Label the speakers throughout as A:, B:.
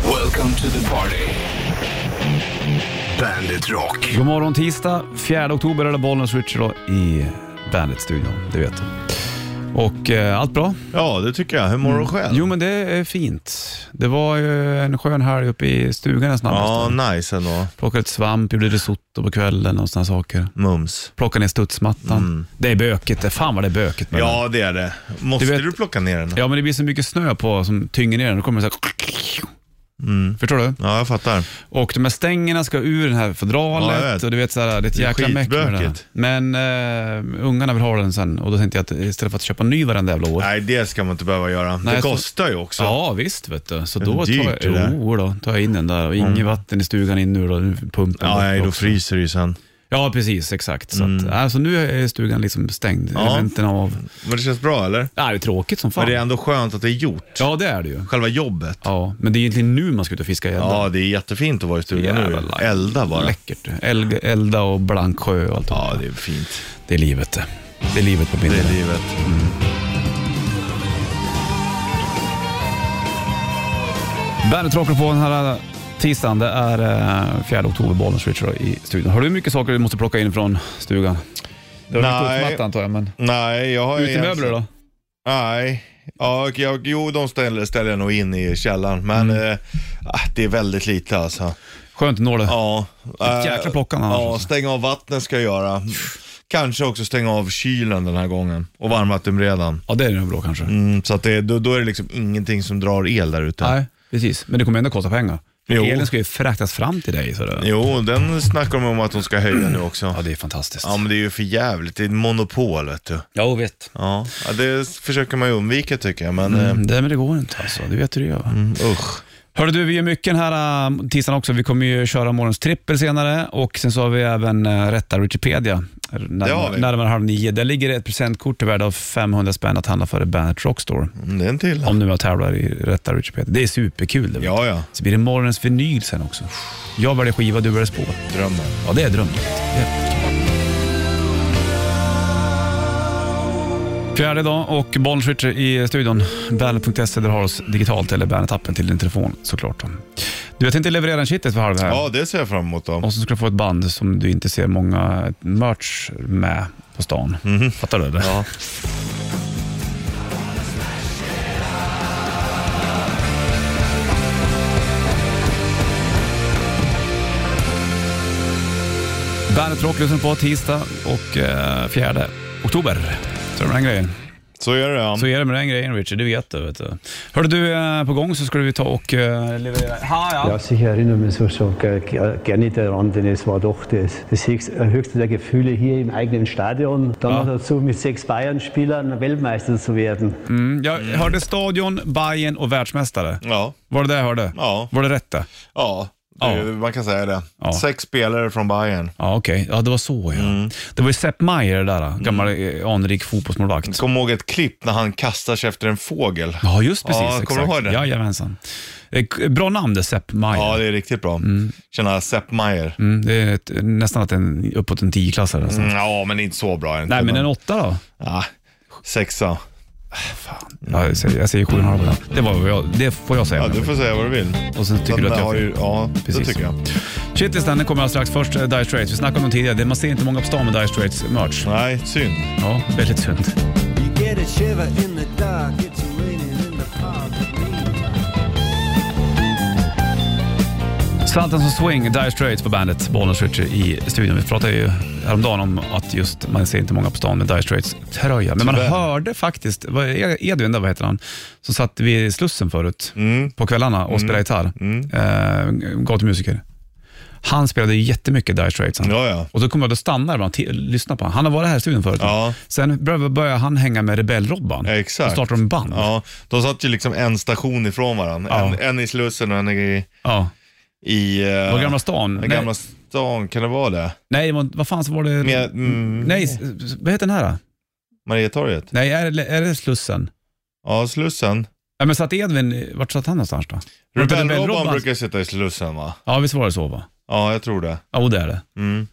A: Welcome to the party. Bandit Rock.
B: God morgon tisdag, 4 oktober är det Bollnäs Richard då i Bandit-studion, det vet du. Och eh, allt bra?
C: Ja, det tycker jag. Hur mår du själv?
B: Jo men det är fint. Det var ju en skön helg uppe i stugan en snabb
C: ja,
B: stund.
C: nice ändå.
B: Plockade ett svamp, gjorde risotto på kvällen och sådana saker.
C: Mums.
B: Plockade ner studsmattan. Det är bökigt, det. fan vad det är bökigt med den.
C: Mm. Ja, det är det. Måste
B: Du
C: du,
B: vet-
C: plocka ner den? Ja,
B: ja men det blir så mycket snö på som tynger ner den, då kommer det så här... Förstår du?
C: Mm. jag fattar.
B: Och de här stängerna ska ur den här
C: Ja, jag
B: fodralet
C: vet.
B: och du vet såhär, det är ett
C: Det är
B: jäkla meck med det där.
C: skitbökigt.
B: Men eh, ungarna vill ha den sen och då tänkte jag att istället för att köpa en ny varenda jävla år.
C: Nej, det ska man inte behöva göra.
B: Nej,
C: det
B: så-
C: kostar ju också.
B: Ja visst vet du. Så då tar
C: dyrt,
B: jag,
C: det där. Mm.
B: jo, då, tar jag in den där och inget vatten i stugan in nu då, nu är pumpen
C: Ja,
B: bort
C: nej, då
B: också.
C: fryser det ju sen.
B: Ja precis, exakt. Så att, alltså, nu är stugan liksom stängd,
C: Ja.
B: elementen av.
C: Men det känns bra, eller?
B: Ja, det är tråkigt som
C: Men
B: fan.
C: det är ändå skönt att det är gjort.
B: Ja det är det ju.
C: Själva jobbet.
B: Ja, men det är egentligen nu man ska ut och fiska gädda.
C: Ja, det är jättefint att vara i stugan nu.
B: Jävlar.
C: Elda bara.
B: Läckert. Elg- Elda och blank sjö och allt.
C: Ja, det är fint.
B: Det är livet det. Det är livet på
C: Det
B: bilden.
C: är livet.
B: Bandet rockar på den här eh, tisdagen. Det är eh, 4 oktober, Bollnäs Richard i studion. Har du mycket saker du måste plocka in från stugan? Det har du
C: Nej.
B: inte uppfattat antar jag, men...
C: Nej, jag har ju ens-
B: Utemöbler då?
C: Nej. Ja, och jag, jo, de ställer, ställer jag nog in i källaren, men eh, ah, det är väldigt lite alltså.
B: Skönt att nå det.
C: Ja.
B: Ett
C: eh,
B: jäkla plockan annars,
C: Ja,
B: alltså.
C: stänga av vattnet ska jag göra. Kanske också stänga av kylen den här gången och varmvattenberedaren.
B: Ja, det är nog bra kanske.
C: Mm, så att det, då, då är det liksom ingenting som drar el där ute.
B: Nej, precis. Men det kommer ändå kosta pengar.
C: Jo.
B: Elen ska ju fraktas fram till dig. Så det...
C: Jo, den snackar de om att de ska höja nu också.
B: Ja, det är fantastiskt.
C: Ja, men det är ju för jävligt. Det är ett monopol, vet du.
B: Ja, jag vet.
C: Ja, ja, det försöker man ju undvika tycker jag, men eh,
B: Mm, det, men det går inte alltså. Det vet du ju. va?
C: usch.
B: Hörru du, vi gör mycket den här äh, tisdagen också. Vi kommer ju köra morgons trippel senare och sen så har vi även äh, rätta Wikipedia.
C: har
B: Närmare,
C: vi.
B: närmare halv nio. Där ligger det ett presentkort till värde av 500 spänn att handla för i Bandet Rockstore.
C: Mm, Det är en till.
B: Om nu jag tävlar i rätta Wikipedia. Det är superkul. Det vet.
C: Ja, ja.
B: Så blir det morgonens vinyl sen också. Jag väljer skiva, du väljer spår.
C: Drömmen.
B: Ja, det är drömmen. Det är kul. Fjärde dag och Bollnäs i studion. Bandet.se, där har du oss digitalt eller Bandet-appen till din telefon såklart. Du, jag tänkte leverera en shitlist för halv här.
C: Ja, det ser jag fram emot då.
B: Och så ska du få ett band som du inte ser många merch med på stan. Mhm. Fattar du? Eller?
C: Ja.
B: Bandet Rock lyssnar på tisdag och eh, fjärde oktober. Så är det med den grejen.
C: Så är det ja.
B: Så är det med den grejen Richard, det vet du. Vet du. Hörde du, eh, på gång så skulle vi ta och eh, leverera... Ha, ja.
D: Ja, sicher erinnere mich so schon ge- ge- gerne daran, denn es war doch das, das höchste höchste der Gefühle hier im eigenen Stadion. Dann noch dazu mit sechs Bayern-Spielern Weltmeister zu werden.
B: Mm, jag hörde stadion, Bayern och världsmästare.
C: Ja,
B: Var det det jag hörde?
C: Ja.
B: Var det rätt det?
C: ja.
B: Ja.
C: Det, man kan säga det.
B: Ja.
C: Sex spelare från Bayern.
B: Ja, okej. Ja, det var så ja.
C: Mm.
B: Det var ju Sepp Maier det där, gammal eh, anrik
C: Jag
B: fotbollsmålvakt.
C: kommer ihåg ett klipp när han kastar sig efter en fågel.
B: Ja, just precis.
C: Ja, kommer
B: exakt.
C: du ihåg det?
B: Jajamensan. Eh, k- Bra namn det, Sepp Maier.
C: Ja, det är riktigt bra. Tjena, Sepp Maier.
B: Mm, det är ett, nästan att en, uppåt en tioklassare. Alltså.
C: Mm, Ja, men inte så bra
B: Nej,
C: egentligen.
B: men en åtta då?
C: ja, sexa.
B: Fan. Ja, jag säger, jag säger sju och en halv på den. Det, var vad jag, det får jag säga.
C: Mm. Ja, du får säga vad du vill.
B: Och sen tycker
C: Den
B: du att
C: där
B: jag
C: har
B: har
C: ju, Ja,
B: Precis.
C: det tycker jag.
B: Shitlist, den kommer alldeles strax. Först eh, Dire Straits. Vi snackade om dem tidigare. Det- Man ser inte många på stan med Dire Straits merch.
C: Nej, synd.
B: Ja, väldigt synd.
E: You get a shiver in the dark, it's raining in the park at me.
B: Saltans och Swing, Dire Straits på bandet, Bollnäs Richard i studion. Vi pratade ju häromdagen om att just man ser inte många på stan med Dire Straits tröja. Men man
C: Tyvärr.
B: hörde faktiskt, vad är- Edvin där, vad heter han, som satt vid Slussen förut på kvällarna och spelade gitarr, eh, gatumusiker. Han spelade ju jättemycket Dire Straits. han.
C: Ja, ja.
B: Och då kommer jag att stanna ibland och t- lyssna på honom. Han har varit här i studion förut.
C: Ja.
B: Sen började- började han hänga med Rebell-Robban.
C: Ja, exakt.
B: Då startade de band.
C: Ja, de satt ju liksom en station ifrån varandra.
B: Ja.
C: En, en i Slussen och en i...
B: Ja.
C: i eh,
B: Och Gamla stan. Nej,
C: Gamla stan, kan det vara det?
B: nej, vad vad fan så var det?
C: Med, mm,
B: Nej, s- s- vad heter den här? då?
C: Marietorget?
B: Nej, är det, är det Slussen?
C: Ja, Slussen.
B: Ja, men satt Edvin, vart satt han någonstans då? Var det inte
C: Rebell-Robban
B: Rebell-Robban?
C: brukar sitta i Slussen va?
B: Ja, visst var det så va?
C: Ja, jag tror det.
B: Jo, det är det.
C: Mm.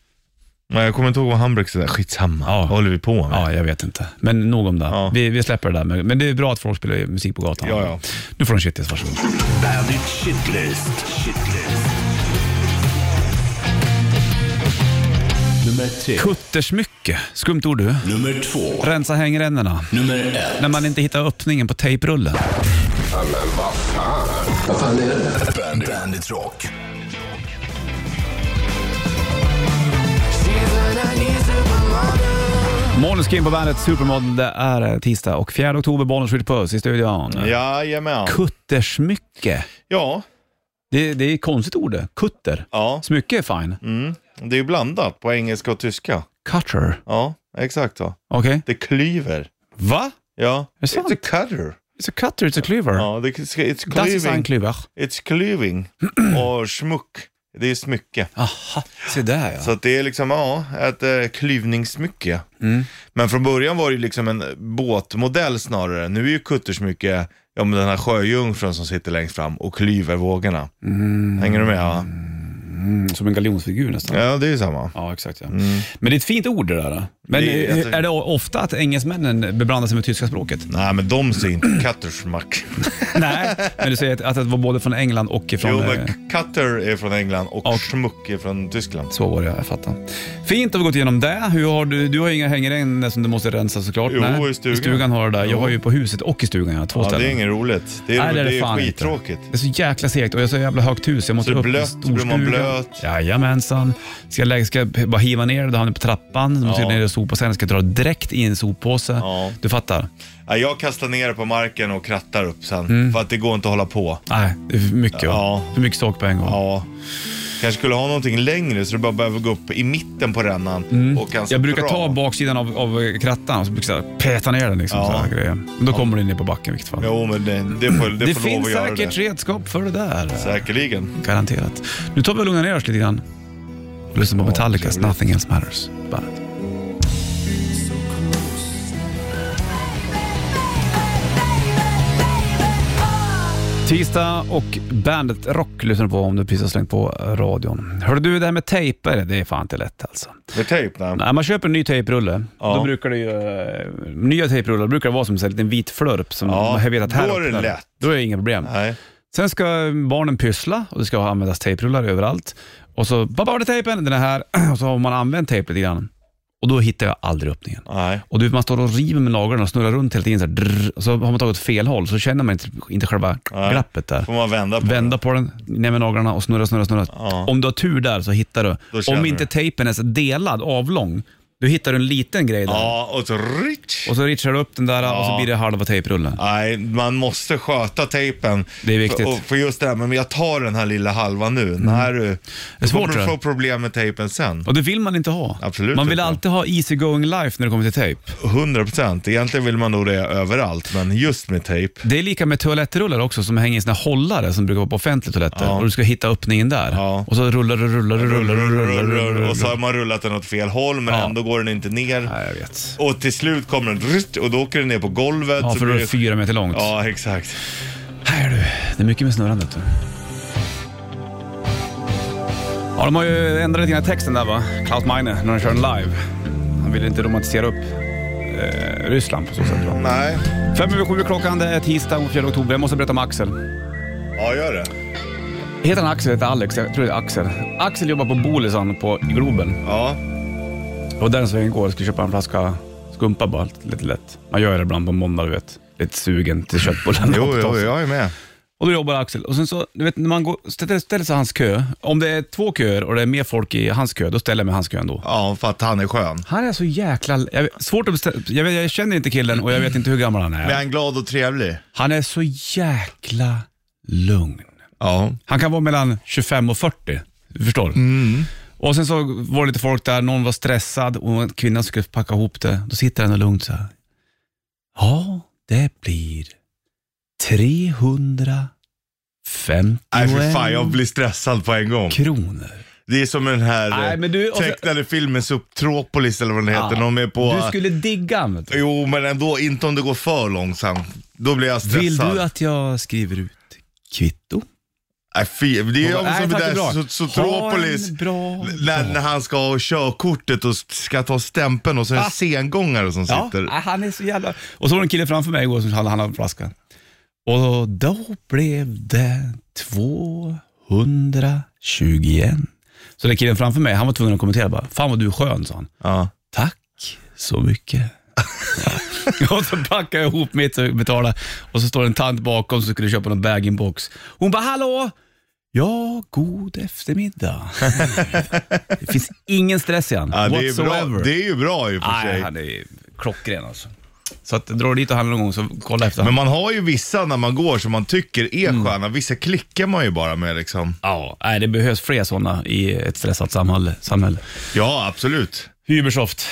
C: Nej, jag kommer inte ihåg vad Hamburg sa. Skitsamma,
B: Ja.
C: vad håller vi på med?
B: Ja, jag vet inte. Men nog om det.
C: Ja.
B: Vi, vi släpper det där. Men, men det är bra att folk spelar ju musik på gatan.
C: Ja, ja.
B: Nu får de shitlist, varsågod.
A: Bandit Shitlist. Shitlist. Nummer tre.
B: Kuttersmycke. Skumt ord du.
A: Nummer två.
B: Rensa hängrännorna.
A: Nummer ett.
B: När man inte hittar öppningen på tejprullen.
A: Bandit, Bandit Rock.
B: Måneskin på bandet Supermodel. Det är eh, tisdag och 4 oktober. Bollnäs skjuter puss i studion.
C: Jajamän.
B: Kuttersmycke.
C: Ja,
B: Det, det är ett konstigt ord det. Kutter.
C: ja.
B: Smycke är fine.
C: Mm. Det är ju blandat på engelska och tyska.
B: Cutter.
C: Ja, exakt så.
B: Okej.
C: Det klyver.
B: Va?
C: Ja.
B: det sant?
C: It's a cutter.
B: It's a cutter, it's a cleaver.
C: Ja, det, it's
B: Das ist ein
C: klyving.
B: cleaver.
C: It's klyving. Och schmuck. Det är smycke.
B: Aha, se där ja.
C: Så att det är liksom, ja, ett eh, klyvningssmycke.
B: Mm.
C: Men från början var det ju liksom en båtmodell snarare. Nu är ju kuttersmycke, ja men den här sjöjungfrun som sitter längst fram och klyver vågorna. Hänger du med? Va?
B: Mm, som en galjonsfigur nästan.
C: Ja, det är ju samma.
B: Ja, exakt. Ja. Men det är ett fint ord det där. Men
C: Det är-
B: eh, är det ofta att engelsmännen beblandar sig med tyska språket?
C: Nej, men de ser inte kuttersmack.
B: Nej, men du säger att, att det var både från England och från...
C: Jo,
B: eh,
C: men cutter är från England och,
B: Och-
C: schmuck är från Tyskland.
B: Så var det, jag fattar. Fint att vi gått igenom det. Hur har du, du har ju inga hängrännor som du måste rensa såklart.
C: Jo,
B: Nej.
C: i stugan.
B: har du det. Jag
C: Jo.
B: har ju på huset och i stugan. Jag har två
C: Ja,
B: ställen.
C: det är inget roligt. Det är,
B: Nej,
C: det är,
B: fan
C: skittråkigt.
B: Inte. Det är så jäkla segt och jag har så jävla högt hus. Jag måste
C: Så det
B: upp
C: är
B: i
C: blött,
B: storstugan.
C: blir man blöt?
B: Jajamensan. Ska jag lägga, ska jag bara hiva ner det, då hamnar det på trappan. Då måste jag
C: Ja.
B: ner och sopa sen. Ska jag dra direkt i en soppåse.
C: Ja.
B: Du fattar?
C: Ja, jag kastar ner det på marken och krattar upp sen.
B: Mm.
C: För att det går inte att hålla på.
B: Nej, det är för mycket va?
C: Ja.
B: För mycket saker på en gång.
C: Ja. Kanske skulle ha någonting längre så du bara behöver gå upp i mitten på rännan. Och kan
B: Mm. Jag brukar
C: dra.
B: ta baksidan av, av krattan och så brukar jag så här peta ner den. Liksom,
C: Ja.
B: så här grejer. Men Då kommer den ner på backen i vilket fall.
C: Jo, men det, det får, det
B: det
C: får
B: finns
C: lov att göra
B: säkert
C: det.
B: redskap för det där.
C: Säkerligen.
B: Garanterat. Nu tar vi och lugnar ner oss lite grann. Och lyssnar på Metallicas Nothing Else Matters. Bandet. Tisdag och bandet Rock lyssnar du på om du precis har slängt på radion. Hörde du, det här med tejper, det är fan inte lätt alltså.
C: Med tejp? Nej.
B: När man köper en ny tejprulle,
C: Ja.
B: då brukar det ju... eh, Nya tejprullar brukar det vara som en sån här liten vit flörp som
C: Ja,
B: man vet att här
C: då är det
B: öppnar.
C: lätt.
B: Då är det inga problem.
C: Nej.
B: Sen ska barnen pyssla och det ska användas tejprullar överallt. Och så, pappa har du tejpen? Den är här. Och så har man använt tejp lite grann. Och då hittar jag aldrig öppningen.
C: Nej.
B: Och du, vet, man står och river med naglarna och snurrar runt hela tiden så här, drr, och så har man tagit åt fel håll så känner man inte, inte själva
C: Nej.
B: glappet där.
C: Får man vända på
B: Vända på den, ner med naglarna och snurra, snurra, snurra.
C: Ja.
B: Om du har tur där så hittar
C: Då
B: du.
C: känner
B: Om
C: du.
B: inte tejpen är så delad, avlång, då hittar du en liten grej där.
C: det? Ja, och så rich.
B: Och så richar du upp den där och så blir det halva tejprullen.
C: Nej, man måste sköta tejpen.
B: Det är viktigt. Mm.
C: För, och för just det här, men jag tar den här lilla halvan nu. Nej du.
B: Det är svårt,
C: Du
B: tror
C: kommer
B: jag.
C: få problem med tejpen sen.
B: Och det vill man inte ha.
C: Absolut
B: man vill
C: inte.
B: alltid ha easy going life när det kommer till tejp.
C: 100 procent. Egentligen vill man nog det överallt, men just med tejp.
B: Det är lika med toalettrullar också som hänger i sina hållare som brukar vara på offentliga toaletter och du ska hitta öppningen där.
C: Ja.
B: Och så rullar du, rullar du, rullar du, rullar du, rullar du.
C: Och så har man rullat den åt fel håll, men
B: Ja.
C: ändå går den inte ner.
B: Nej, jag vet.
C: Och till slut kommer den rytt, och då åker den ner på golvet.
B: Ja,
C: så
B: för då
C: blir
B: är det fyra meter långt.
C: Ja, exakt.
B: Här du, det är mycket med snurrandet. du. Ja, de har ju ändrat lite grann i texten där va, Klaus Meine, när de kör den live. Han ville inte romantisera upp eh, Ryssland på så sätt. Va?
C: Nej.
B: Fem över sju är klockan, det är tisdag och 4 oktober. Jag måste berätta om Axel.
C: Ja, gör det.
B: Heter han Axel? Heter Alex? Jag tror det är Axel. Axel jobbar på Bolisson på Globen.
C: Ja.
B: Och den svängen går. Jag skulle köpa en flaska skumpa bara, lite lätt. Man gör det ibland på måndag, du vet. Lite sugen till köttbullarna.
C: Jo, jo, jag är med.
B: Och då jobbar Axel. Och sen så, du vet, när man går, ställer, ställer sig i hans kö. Om det är två köer och det är mer folk i hans kö, då ställer jag mig i hans kö ändå.
C: Ja, för att han är skön.
B: Han är så jäkla... Jag, vet- svårt att bestämma. Jag, vet- jag känner inte killen och jag vet inte hur gammal han
C: Men
B: är.
C: han är glad och trevlig.
B: Han är så jäkla lugn.
C: Ja.
B: Han kan vara mellan 25 och 40. Du förstår?
C: Mm.
B: Och sen så var det lite folk där, någon var stressad och en kvinna skulle packa ihop det. Då sitter han och lugnt så här. Ja, det blir 351
C: Nej, för fan, jag blir stressad på en gång.
B: kronor.
C: Det är som den här
B: Nej,
C: eh,
B: men du- och så-
C: tecknade filmen Subtropolis eller vad den heter. De är på...
B: Du skulle digga honom. vet du.
C: Jo, men ändå inte om det går för långsamt. Då blir jag stressad.
B: Vill du att jag skriver ut kvitto?
C: Nej, fy, det är
B: Hon
C: ju
B: bara,
C: också
B: "Nej,
C: med
B: tack, det är
C: där
B: bra.
C: so- Sotropolis.
B: Ha en bra
C: När, när han ska ha körkortet och ska ta stämpeln och så är det en sengångare som
B: Ah. Ja, Ah.
C: sitter.
B: nej, han är så jävla... Och så var det en kille framför mig igår som hade handlat flaskan. Och då blev det 221. Så den killen framför mig, han var tvungen att kommentera bara, fan vad du är skön, sa han.
C: Ja.
B: Tack så mycket. och så packade jag ihop mitt och betalade. Och så står det en tant bakom som skulle köpa någon bag-in-box. Hon bara, hallå? Ja, god eftermiddag. det finns ingen stress i han.
C: Ja, det, är ju bra.
B: whatsoever. Ah,
C: det är ju bra i och för
B: Nej,
C: sig.
B: han är klockren alltså. Så att, drar du dit och handlar någon gång så kolla efter
C: Men
B: honom.
C: man har ju vissa när man går som man tycker är
B: Mm.
C: sköna. Vissa klickar man ju bara med liksom.
B: Ja, nej, det behövs fler sådana i ett stressat samhälle. samhälle.
C: Ja, absolut.
B: Ubersoft.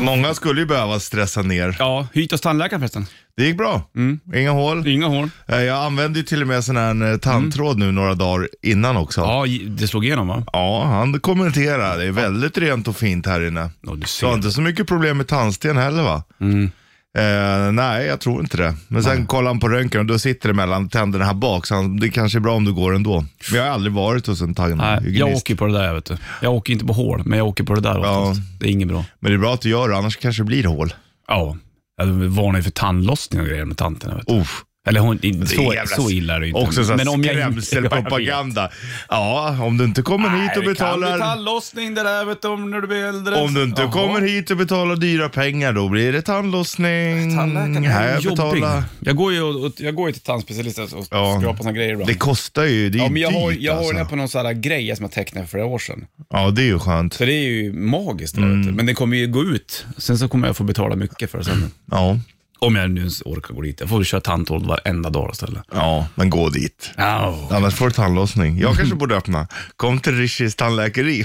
C: Många skulle ju behöva stressa ner.
B: Ja, hyrt hos tandläkaren förresten.
C: Det gick bra.
B: Mm.
C: Inga hål.
B: Inga hål.
C: Eh, Jag använde ju till och med sån här eh, tandtråd nu några dagar innan också.
B: Ja, det slog igenom va?
C: Ja, han kommenterar. Det är väldigt rent och fint här inne.
B: Ja, du
C: Du har
B: ser.
C: inte så mycket problem med tandsten heller va?
B: Mm.
C: Eh, nej, jag tror inte det. Men sen kollar han på röntgen och då sitter det mellan tänderna här bak. Så han, det kanske är bra om du går ändå. Men jag har aldrig varit hos en
B: Nej, jag
C: tandhygienist.
B: åker på det där vet du. Jag åker inte på hål, men jag åker på det där oftast. Det är inget bra.
C: Men det är bra att du gör det, annars kanske det blir hål.
B: Ja, jag varnar ju för tandlossning och grejer med tanterna vet du.
C: Uff.
B: Eller hon, det-
C: Det är
B: så,
C: Oh. jävla-
B: så illa är det ju inte.
C: Också sån
B: jag-
C: skrämselpropaganda. Ja, om du inte kommer
B: Jag vet.
C: hit och
B: Nej, det kan bli
C: betalar...
B: tandlossning det där vet du om när du blir äldre.
C: Om du inte
B: Jaha.
C: kommer hit och betalar dyra pengar, då blir det tandlossning.
B: Tandläkaren är
C: Här
B: jobbig.
C: betala.
B: Jag går ju, och, och- jag går ju till tandspecialisten och
C: Ja.
B: skrapar såna grejer ibland.
C: Det kostar ju, det är
B: ja,
C: ju
B: men jag har,
C: dyrt
B: jag har
C: alltså.
B: den här på någon sån här grej som jag tecknade för flera år sedan.
C: Ja, det är ju skönt.
B: Så det är ju magiskt.
C: Mm.
B: där, Vet du. Men det kommer ju gå ut. Sen så kommer jag få betala mycket för det sen.
C: Ja.
B: Om jag nu ens orkar gå dit. Jag får väl köra tandvård varenda dag istället.
C: ja, men gå dit.
B: Oh.
C: Annars får du tandlossning.
B: Mm.
C: Jag kanske borde öppna. Kom till Rishis tandläkeri.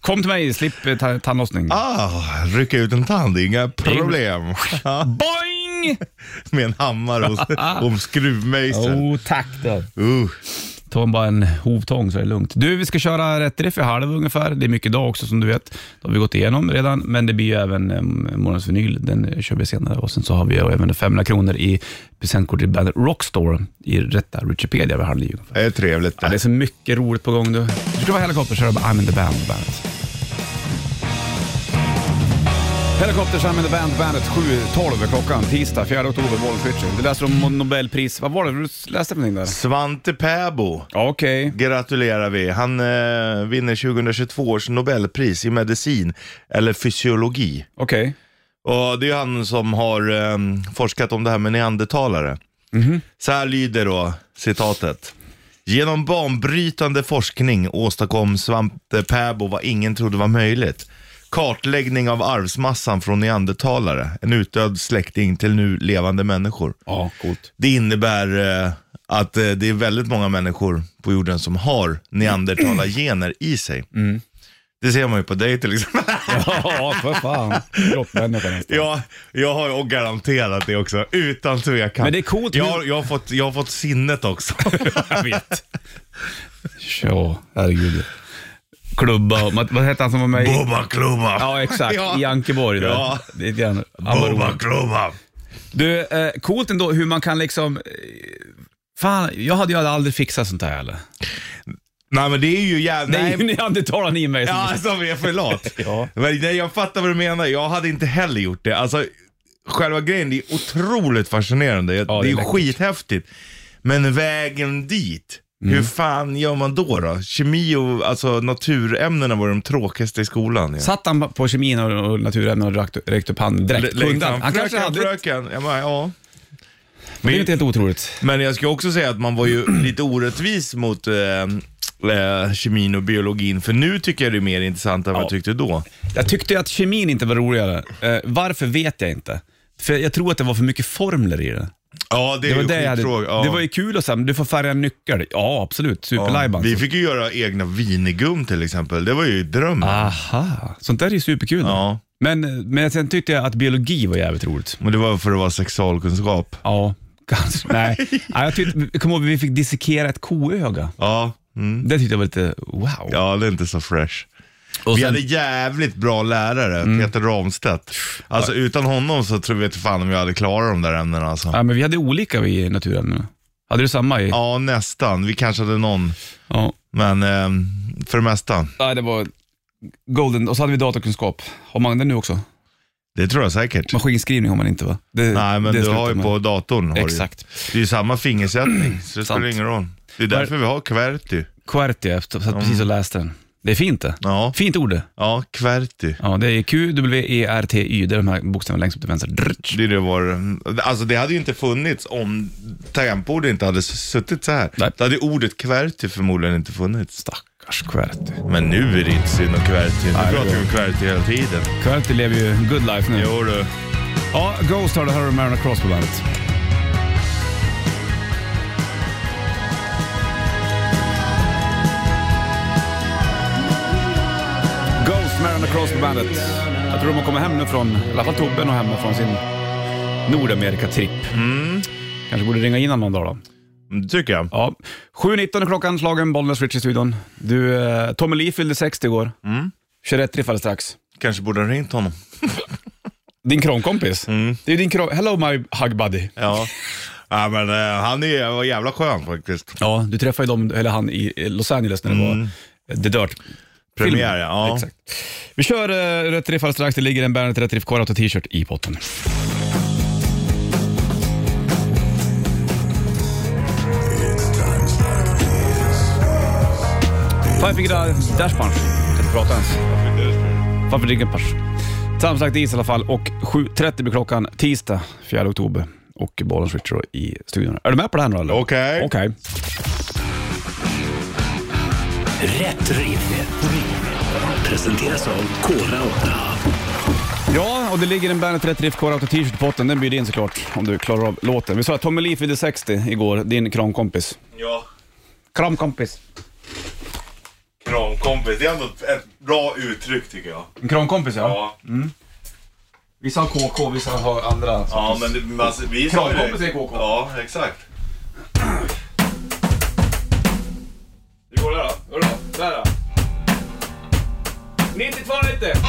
B: Kom till mig, slipp eh, ta- tandlossning.
C: Ah, rycka ut en tand, inga problem. Ja,
B: Boing!
C: Med en hammare och, och skruvmejsel.
B: Oh, tack då.
C: Uh.
B: Ta bara en hovtång så är det lugnt. Du, vi ska köra rätt riff i halv ungefär. Det är mycket idag också som du vet. Det har vi gått igenom redan, men det blir ju även eh, morgonens vinyl. Den eh, kör vi senare. Och sen så har vi ju även 500 kronor i presentkort till bandet Rockstore i rätta Richipedia vid halv nio ungefär.
C: Det är trevligt
B: Ja, det är
C: det.
B: så mycket roligt på gång du. Du ska vara Helicopters här och bara, I'm in the band, bandet. Helicopters, I'm in the band, bandet 7.12 är klockan, tisdag 4 oktober, Wolf Du läser om Nobelpris, vad var det du läste för någonting där?
C: Svante Pääbo.
B: Ja, Okej.
C: gratulerar vi. Han eh, vinner 2022 års Nobelpris i medicin eller fysiologi.
B: Okej.
C: Och det är han som har eh, forskat om det här med neandertalare. Så här lyder då citatet. Genom banbrytande forskning åstadkom Svante Pääbo vad ingen trodde var möjligt. Kartläggning av arvsmassan från neandertalare, en utdöd släkting till nu levande människor.
B: Ja, coolt.
C: Det innebär eh, att eh, det är väldigt många människor på jorden som har neandertalargener i sig.
B: Mm.
C: Det ser man ju på dig till exempel.
B: Ja, för fan. Kroppmänniska nästan.
C: ja, jag har och garanterat det också, utan tvekan.
B: Men det är coolt
C: Jag,
B: hur-
C: har- jag, har, fått, jag har fått sinnet också.
B: Jag vet. Ja, herregud. Klubba och, vad vad hette han som var med i...
C: Boba klubba.
B: Ja, exakt.
C: Ja.
B: I Ankeborg. Där.
C: Ja.
B: Det är lite grann- han var
C: Boba
B: rolig.
C: klubba.
B: Du, eh, coolt ändå hur man kan liksom... eh, Fan, jag hade ju aldrig fixat sånt här heller.
C: Nej men det är ju jävligt...
B: Nej, det är ju neandertalaren i mig som...
C: Ja, alltså, som är för lat.
B: Ja.
C: Men nej, jag fattar vad du menar. Jag hade inte heller gjort det. Alltså, själva grejen, det är otroligt fascinerande.
B: det är
C: det är,
B: läckert.
C: skithäftigt. Men vägen dit, hur
B: Mm.
C: fan gör man då? då? Kemi och alltså, naturämnena var de tråkigaste i skolan. Ja.
B: Satt han på kemin och och naturämnen och drack- räckte upp handen
C: L-
B: direkt?
C: lägg
B: Kunde
C: fram
B: han? Han kanske
C: fröken,
B: hade...
C: fröken. Ja, men, ja.
B: Det är inte helt otroligt.
C: Men jag ska också säga att man var ju lite orättvis mot eh, eh, kemin och biologin, för nu tycker jag det är mer intressant än vad
B: Ja.
C: jag tyckte då.
B: Jag tyckte ju att kemin inte var roligare. Eh, varför vet jag inte. För jag tror att det var för mycket formler i det.
C: Ja, det,
B: Det
C: är
B: var,
C: ju
B: det, jag hade,
C: skittråkigt. Ja.
B: det var ju kul och så här, men du får färga en nyckel. Ja, absolut.
C: Ja,
B: Superlajban.
C: Vi fick ju göra egna vinigum till exempel. Det var ju drömmen.
B: Ah. Aha, sånt där är ju superkul. då.
C: Ja.
B: Men, men sen tyckte jag att biologi var jävligt roligt.
C: Men det var för att vara sexualkunskap.
B: Ja, kanske. Nej, ja, jag, tyckte, jag kommer ihåg att vi fick dissekera ett koöga.
C: Ja, mm.
B: Det tyckte jag var lite wow.
C: ja det är inte så fresh.
B: och
C: Vi
B: sen, Mm.
C: hade jävligt bra lärare, Peter Ramstedt. Alltså
B: Ah.
C: utan honom så tror jag inte fan om jag hade klarat de där ämnena alltså.
B: ja, men vi hade olika vi i naturämnena. Hade du samma i?
C: Ja, nästan. Vi kanske hade någon,
B: Ja.
C: men eh, för det mesta.
B: Nej, det var golden. Och så hade vi datakunskap. Har man den nu också?
C: Det tror jag säkert.
B: Maskinskrivning har man inte va? Det,
C: Nej, men
B: det
C: du
B: slutar
C: har ju
B: man.
C: på datorn. Har du ju.
B: Exakt.
C: Det är ju samma fingersättning, så det spelar
B: Sant.
C: ingen roll. Det är därför vi har kverty.
B: QWERTY, jag satt precis och läste den. Det är fint det.
C: Mm. Ja.
B: Fint ord det.
C: Ja, kverty.
B: Ja, det är E, Q-W-E-R-T-Y, det är de här bokstäverna längst upp till vänster. Drrrt.
C: Det, är det, var, alltså det hade ju inte funnits om tangentbordet inte hade suttit så här.
B: Nej.
C: Då hade ju ordet kverty förmodligen inte funnits.
B: Stackars QWERTY.
C: Men nu är det inte synd om kverty. Nu pratar vi om kverty hela tiden.
B: QWERTY lever ju good life nu.
C: Jo du.
B: Ja, Ghost har det här och Marina Cross på bandet. Ghost, Marina Cross på bandet. Jag tror de har kommit hem nu från, i alla fall Tobben och hemma från sin Nordamerika-tripp. Kanske borde ringa in honom någon dag då.
C: Det tycker jag.
B: Ja. 7.19 är klockan, slagen Bollnäs Rich i studion. Du, eh, Tommy Lee fyllde 60 igår. Mm. 21 träffade strax.
C: Kanske borde ha ringt honom.
B: Din kronkompis. Det är din kron... Hello my hug buddy.
C: Ja. ja men eh, han är, var jävla skön faktiskt.
B: Ja, du träffade ju dem, eller han i Los Angeles när det var eh, The Dirt.
C: Mm. Premiär ja.
B: Exakt. Vi kör eh, Rätt Riff alldeles strax. Det ligger en Bandet Rätt Riff Core t-shirt i potten. Five Finger Dash Punch. Kan inte prata ens. Varför dricker en punch? Samsagt is i alla fall och 7.30 blir klockan tisdag 4 oktober. Och Bollens Richard i studion. Är du med på det här nu eller?
C: Okej.
B: Okej.
A: Rätt riff. Presenteras av Kora 8.
B: Ja, och det ligger en Bandet Rätt Riff Core Auto T-shirt i potten. Den bjuder in såklart om du klarar av låten. Vi sa att Tommy Lee fyllde 60 igår, din kramkompis.
C: Ja.
B: Kramkompis.
C: Kramkompis, det är ändå ett bra uttryck tycker jag.
B: En kramkompis ja. Vissa har KK, vissa har andra.
C: Ja, men det, men alltså, vi sa ju det-
B: Kravkompis är KK.
C: Ja, exakt. Hur går det då?
B: Hörru då, där då. 9290!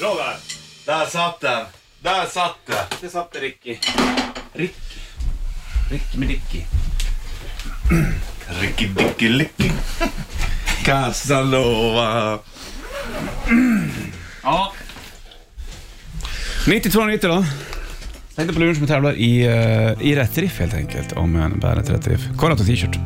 C: Bra där! Där satt den! Där satt den!
B: Där satt det Ricky. Ricky. Ricky med Ricky.
C: Ricky Dicky Licky. Casanova.
B: 9290 då. Tänkte på luren som tävlar i, eh, i rätt riff helt enkelt, om en Bandet rätt riff. Kolla på t-shirt.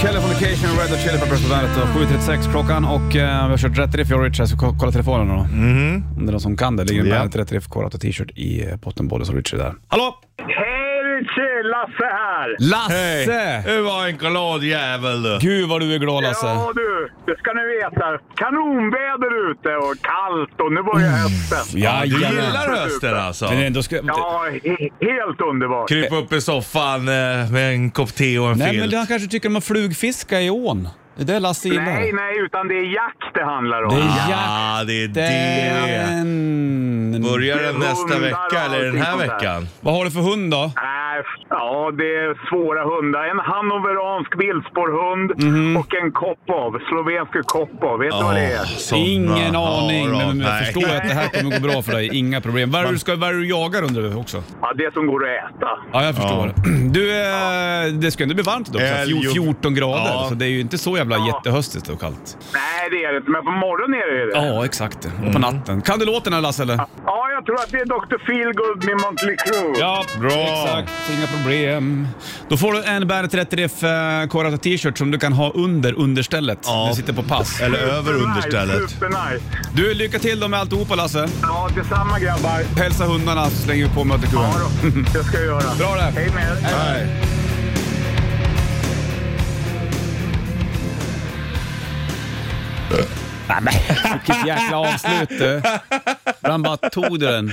B: Californication, Red Hot Chili Peppers på bandet. och 7.36 klockan och eh, vi har kört rätt riff, jag och Richard. Ska ko- kolla telefonen då. Om det är någon som kan det. Ligger en
C: Ja.
B: bandet rätt riff, kolla på t-shirt i eh, potten, både som Richard där. Hallå!
F: Hej Richie! Lasse här!
B: Lasse!
C: Du var en glad jävel du.
B: Gud vad du är glad Lasse.
F: Ja du, det ska ni veta. Kanonväder ute och kallt och nu börjar hösten.
C: Du
B: Jajamän.
C: gillar hösten alltså?
B: Men ändå ska...
F: Ja, he- helt underbart.
C: Krypa upp i soffan eh, med en kopp te och en
B: Nej, men
C: filt.
B: han kanske tycker de har flugfiska i ån. Det är det Lasse gillar.
F: Nej, nej, utan det är jakt det handlar
B: Det
F: om.
B: är
C: Ah, det är det.
B: jakten.
C: Börjar
F: Det är
C: den nästa
F: hundar och
C: vecka eller den här
F: allting sånt där.
C: veckan?
B: Vad har du för hund då?
F: Nej, f- Ja, det är svåra hundar. En hannoveransk vildsporrhund
B: Mhm.
F: och en koppav. Slovensk koppav. Vet du vad det är?
C: Åh, såna
B: Ingen
C: har
B: aning,
C: de.
B: men jag
C: Nej.
B: förstår att det här kommer gå bra för dig. Inga problem. Vad är det du, ska, vad är det du jagar undrar vi också?
F: Ja, det som går att äta.
B: Ja, jag förstår. Du, eh, det ska ändå bli varmt idag också.
C: Älg
B: Fjor-
C: och-
B: 14 grader,
C: Ja.
B: så det är ju inte så jävla
F: Ja.
B: jättehöstigt och kallt.
F: Nej, det är det inte. Men på morgonen är det ju det.
C: Mm.
B: Ja, exakt. Och på natten. Kan du låten här Lasse eller?
F: Ja, jag jag tror att det är Dr. Feelgood med Motley Crue.
B: Ja,
C: Bra.
B: exakt. Inga problem. Då får du en Bandet 30 Riff eh, Korata t-shirt som du kan ha under understället.
C: Ja.
B: Du sitter på pass.
C: Eller över
F: Supernice,
C: understället.
F: Supernice.
B: Du, lycka till då med alltihopa Lasse.
F: Ja, detsamma grabbar.
B: Hälsa hundarna så slänger vi på mötet
F: Ja då, det ska jag göra.
B: Bra det.
F: Hej med er.
C: Nej.
B: Vilket jäkla avslut du. Han bara tog du den.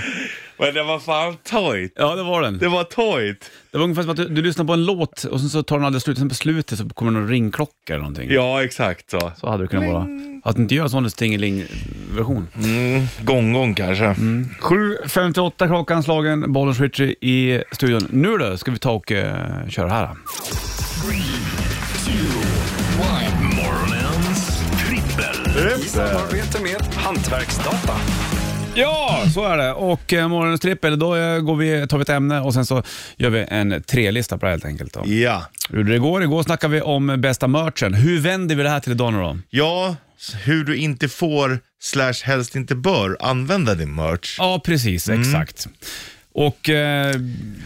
C: Men det var fan tojt.
B: Ja, det var den.
C: Det var tojt.
B: Det var ungefär som att du, du lyssnar på en låt och sen så tar den aldrig slut. Sen på slutet så kommer det någon ringklocka eller någonting.
C: Ja, exakt så.
B: Så hade det kunnat vara. Att inte göra en sån tingeling-version.
C: Gång-gång kanske.
B: Mm. 7.58 klockan slagen, bollen switcher i studion. Nu då ska vi ta och eh, köra här. då.
A: Morgonens trippel.
G: I samarbete med Hantverksdata.
B: Ja, så är det. Och eh, morgonens trippel, då eh, går vi, tar vi ett ämne och sen så gör vi en trelista på det här helt enkelt. Då.
C: Ja.
B: Hur det går, igår snackade vi om bästa merchen. Hur vänder vi det här till idag nu då?
C: Ja, hur du inte får, slash helst inte bör, använda din merch.
B: Ja, precis.
C: Mm.
B: Exakt. Och eh,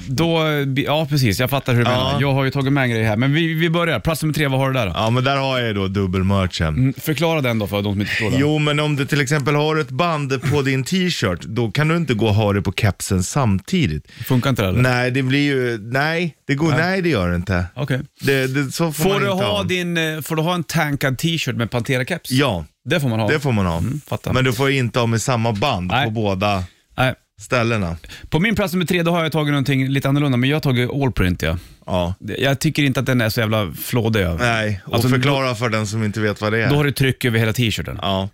B: då, ja precis, jag fattar hur du menar. Jag har ju tagit med en grej här, men vi, vi börjar. Plats nummer tre, vad har du där då?
C: Ja, men där har jag ju då dubbelmerchen.
B: Mm, Förklara den då för de som inte förstår. den.
C: Jo, men om du till exempel har ett band på din t-shirt, då kan du inte gå och ha det på kepsen samtidigt.
B: Funkar inte det eller?
C: Nej, det blir ju... Nej, det, går, nej. det gör det inte.
B: Okej.
C: Det, det, så får,
B: Får
C: man
B: du,
C: inte
B: ha din, eh, får du ha en tankad t-shirt med Pantera-keps?
C: Ja,
B: Det får man ha.
C: det får man ha.
B: Mm, fattar.
C: men du får inte ha med samma band
B: Nej.
C: på båda
B: Nej.
C: ställena.
B: På min plats nummer tre då har jag tagit någonting lite annorlunda, men jag har tagit allprint. Ja.
C: Ja.
B: Det- Jag tycker inte att den är så jävla flådig. ja.
C: Nej, och
B: Alltså,
C: förklara för den som inte vet vad det är.
B: Då, då har du tryck över hela t-shirten.
C: Ja.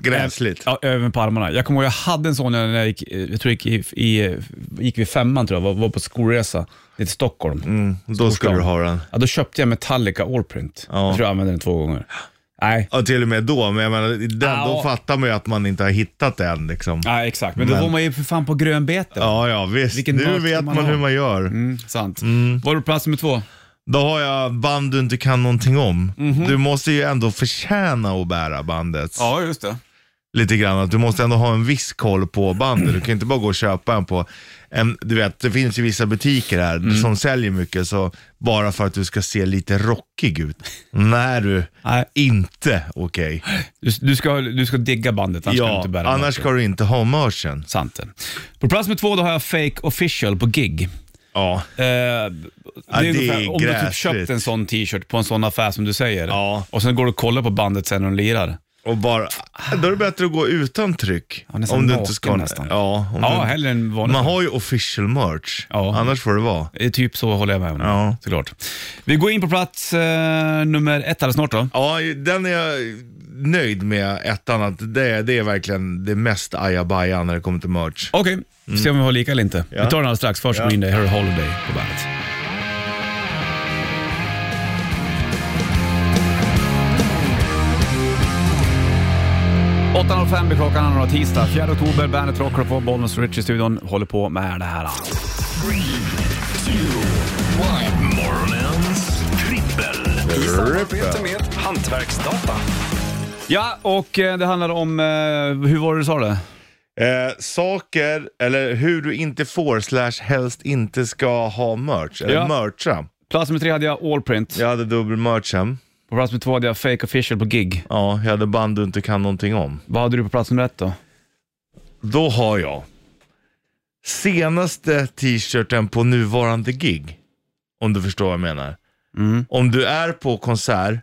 C: Gräsligt.
B: Ja, även på armarna. Jag kommer ihåg, jag hade en sån när jag gick, eh, jag tror jag gick, i, i, gick vid femman, tror jag, var, var på skolresa ner till Stockholm.
C: Mm, då skulle du ha den.
B: Ja, då köpte jag Metallica Allprint.
C: Ja.
B: Jag tror jag använde den två gånger. Nej,
C: Ja, till och med då, men jag menar, i den,
B: Ja.
C: då fattar man ju att man inte har hittat den liksom.
B: Nej exakt. Men, då
C: Men-
B: var man ju för fan på grönbete.
C: Ja, ja, visst.
B: Vilken
C: nu
B: mörk
C: vet
B: man
C: man
B: ha.
C: hur man gör.
B: Mm, sant. Var du på plats nummer två?
C: Då har jag band du inte kan någonting om.
B: Mhm.
C: Du måste ju ändå förtjäna att bära bandet.
B: just det.
C: Lite grann, att du måste ändå ha en viss koll på bandet. Du kan inte bara gå och köpa en på en, du vet, det finns ju vissa butiker här
B: Mm.
C: som säljer mycket, så bara för att du ska se lite rockig ut. Nej du,
B: Nej.
C: inte okej.
B: Du, du, ska, du ska digga bandet, annars kan du
C: Ja,
B: inte bära
C: annars
B: merchen.
C: ska du inte ha merchen.
B: Sant det. På plats med två då har jag Fake Official på gig. Eh,
C: Ja.
B: det är
C: det är
B: ungefär, om du typ
C: gräsligt.
B: köpt en sån t-shirt på en sån affär som du säger
C: Ja.
B: och sen går du och kollar på bandet sen när de lirar.
C: Och bara, då är det bättre att gå utan tryck.
B: Ja, nästan naken nästan.
C: Ja, om
B: Ja,
C: du-
B: hellre än vanligt.
C: Man har ju official merch,
B: Ja.
C: annars får det vara.
B: Eh, Typ så håller jag med om.
C: Ja.
B: Såklart. Vi går in på plats eh, nummer ett alldeles snart då.
C: Ja, den är jag nöjd med, ettan. Att det, det är verkligen det mest ajabaja när det kommer till merch.
B: Okej, se om vi har lika eller inte. Vi tar den alldeles strax. Först Green Day, Her Holiday på bandet. fem blir klockan, andra tisdag 4 oktober. Bandet rockar på Bollnäs Rich i studion. Håller på med det här.
A: Morgonens trippel.
G: I samarbete med Hantverksdata.
B: Ja, och eh, det handlar om, eh, hur var det du sa det?
C: Eh, saker, eller hur du inte får, slash helst inte ska ha merch. Eller
B: Ja.
C: mercha.
B: Plats nummer tre hade jag Allprint.
C: Jag hade dubbelmerchen.
B: På plats nummer två hade jag Fake Official på gig.
C: Ja, jag hade band du inte kan någonting om.
B: Vad hade du på plats nummer ett då?
C: Då har jag senaste t-shirten på nuvarande gig. Om du förstår vad jag menar.
B: Mm.
C: Om du är på konsert,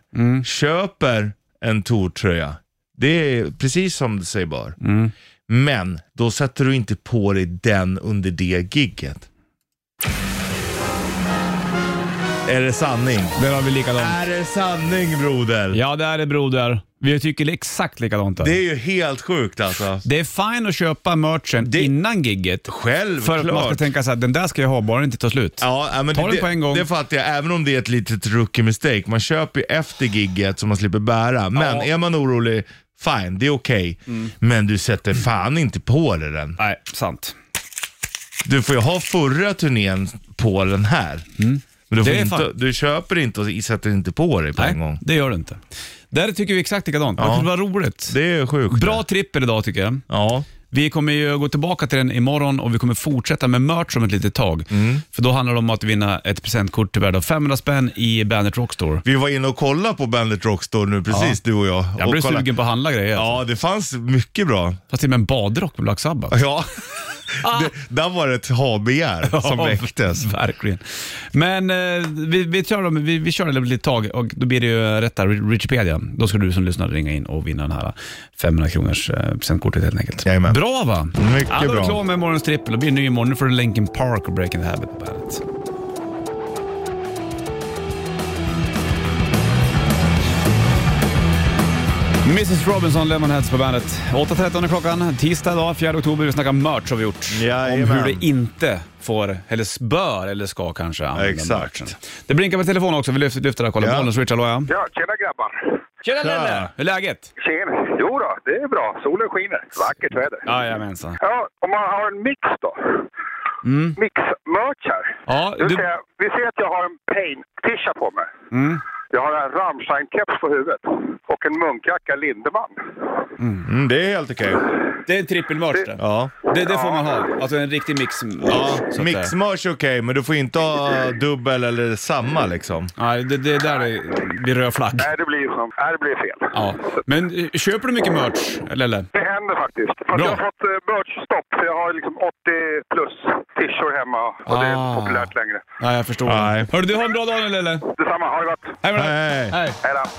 C: köper en Tor-tröja. Det är precis som du säger bara.
B: Mm.
C: Men då sätter du inte på dig den under det gigget. Är det sanning?
B: Där har vi likadant.
C: Är det sanning broder?
B: Ja, det är det broder. Vi tycker exakt likadant. där.
C: Det är ju helt sjukt alltså.
B: Det är fine att köpa merchen innan gigget. För
C: Självklart.
B: att man ska tänka så här, den där ska jag ha bara den inte tar slut.
C: Ja, nej, men
B: Ta
C: det,
B: den på en gång.
C: Det fattar jag, även om det är ett litet rookie mistake. Man köper ju efter gigget så man slipper bära. Men är man orolig, fine, det är okej.
B: Mm.
C: Men du sätter fan inte på dig den.
B: Nej, sant.
C: Du får ju ha förra turnén på den här. Men du, får
B: Mm. Det är
C: inte,
B: fan-
C: du köper inte och sätter inte på dig på en
B: Nej,
C: gång.
B: det gör det inte. Där tycker vi exakt likadant. Ja. Det var roligt.
C: Det är sjukt.
B: Bra trippel idag tycker jag.
C: Ja.
B: Vi kommer ju gå tillbaka till den imorgon och vi kommer fortsätta med merch om ett litet tag.
C: Mm.
B: För då handlar det om att vinna ett presentkort till värde av 500 spänn i Bandet Rockstore.
C: Vi var inne och kollade på Bandit Rockstore nu precis, du och jag.
B: Jag
C: och
B: blev
C: kolla-
B: sugen på att handla grejer.
C: Ja, det fanns mycket bra.
B: Fast till och med en badrock med Black Sabbath.
C: Ja, det, där var det ett ha-begär som
B: Ja,
C: väcktes.
B: Verkligen. Men eh, vi, vi, kör dem, vi, vi kör det ett litet tag och då blir det ju rätt där, Richipedia. Då ska du som lyssnar ringa in och vinna den här 500 kronors eh, presentkortet helt enkelt.
C: Jajamän.
B: Bra va?
C: Mycket
B: ja, då är
C: bra.
B: vi klara med morgonens trippel. Då blir det ny imorgon. Nu får du Linkin Park och Breaking the Habit på bandet. Mrs Robinson, Lemonheads på bandet. 8.13 är klockan, tisdag idag, 4 oktober. Vi snackar merch har vi gjort.
C: Jajamän.
B: Om hur det inte får, eller s- bör, eller ska kanske använda
C: Exakt.
B: merchen. Det blinkar på telefonen också. Vi lyfter, lyfter där och kollar.
C: Ja.
B: Bollnäs, Richard, hallå ja.
F: Ja, tjena grabbar!
B: Tjena
C: Lelle.
B: Hur är läget?
F: Tjena! Jo då, det är bra. Solen skiner. Vackert väder.
B: Jajamensan.
F: Ja, om man har en mix då. Mm. Mix-merch här.
B: Ja,
F: Du...
B: du-
F: Ser, vi ser att jag har en Pain-tisha på mig. Jag har en Rammstein-keps på huvudet och en munkjacka Lindemann.
C: Mm, det är helt okej.
B: Det är en trippelmerch det.
C: Ja.
B: det. Det får man ha. Alltså en riktig mix.
C: Ja,
B: så att säga.
C: mixmerch är okej, men du får inte ha dubbel eller samma liksom.
B: Nej, det, det är där det blir röd flagg.
F: Nej, det blir, som, nej, det blir fel.
B: Ja. Men eh, köper du mycket merch, Lelle?
F: Det händer faktiskt. Fast
B: Bra.
F: jag har fått eh, merch-stopp, för jag har liksom 80 plus tishor hemma och det är
B: Ah.
F: inte populärt längre.
B: Nej, jag förstår.
C: Nej.
B: Hörru du, ha en bra dag nu Lelle.
F: Detsamma, ha det gott!
B: Hej med dig.
C: Nej.
B: Hej.
F: Hej då!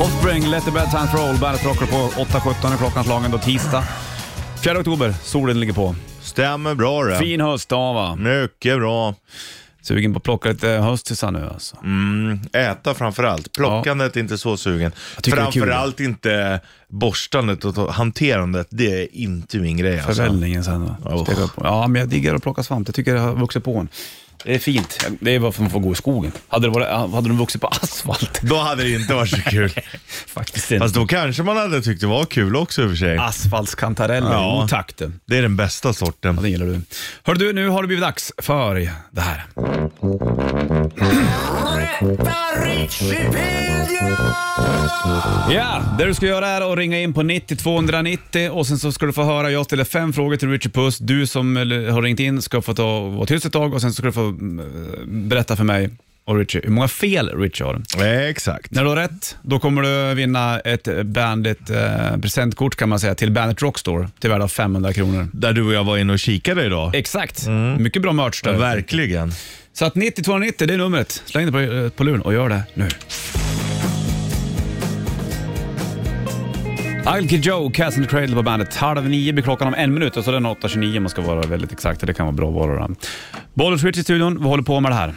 B: Offspring, Let the bad times roll. Bandet rockar på 8.17 är klockan slagen då tisdag. 4 oktober, solen ligger på.
C: Stämmer bra det.
B: Fin höstdag va?
C: Mycket bra.
B: Sugen på att plocka lite höstisar nu alltså.
C: Äta framförallt. Plockandet är inte så sugen.
B: tycker det är kul.
C: Framförallt inte borstandet och hanterandet. Det är inte min grej alltså.
B: Förvällningen sen då.
C: Oh.
B: Steka upp. Ja, men jag diggar att plocka svamp. Jag tycker det har vuxit på en. Det är fint. Det är bara för att man får gå i skogen. Hade, det varit, hade de vuxit på asfalt?
C: Då hade det inte varit så kul.
B: Faktiskt inte.
C: Fast då kanske man hade tyckt det var kul också i och för sig.
B: Asfaltskantareller,
C: Ja.
B: ja. tack du.
C: Det är den bästa
B: Ja,
C: sorten.
B: det gillar du. Hör du, nu har det blivit dags för det här. Ja, det du ska göra är att ringa in på 90 290 och sen så ska du få höra, jag ställer fem frågor till Richard Puss. Du som eller, har ringt in ska få ta, vara tyst ett tag och sen så ska du få mm, berätta för mig och Richard hur många fel Richard har.
C: Exakt.
B: När du har rätt, då kommer du vinna ett Bandit eh, presentkort kan man säga till Bandit Rockstore till värde av 500 kronor.
C: Där du och jag var inne och kikade idag.
B: Exakt. Mycket bra merch där.
C: Verkligen.
B: Så att 9290, det är numret. Släng det på, eh, på luren och gör det nu. Alki Joe, Cats and the Cradle på bandet. Halv nio blir klockan om en minut och så den är 8.29 om man ska vara väldigt exakt. Det kan vara bra att vara då. Bollen Switch i studion. Vi håller på med det här.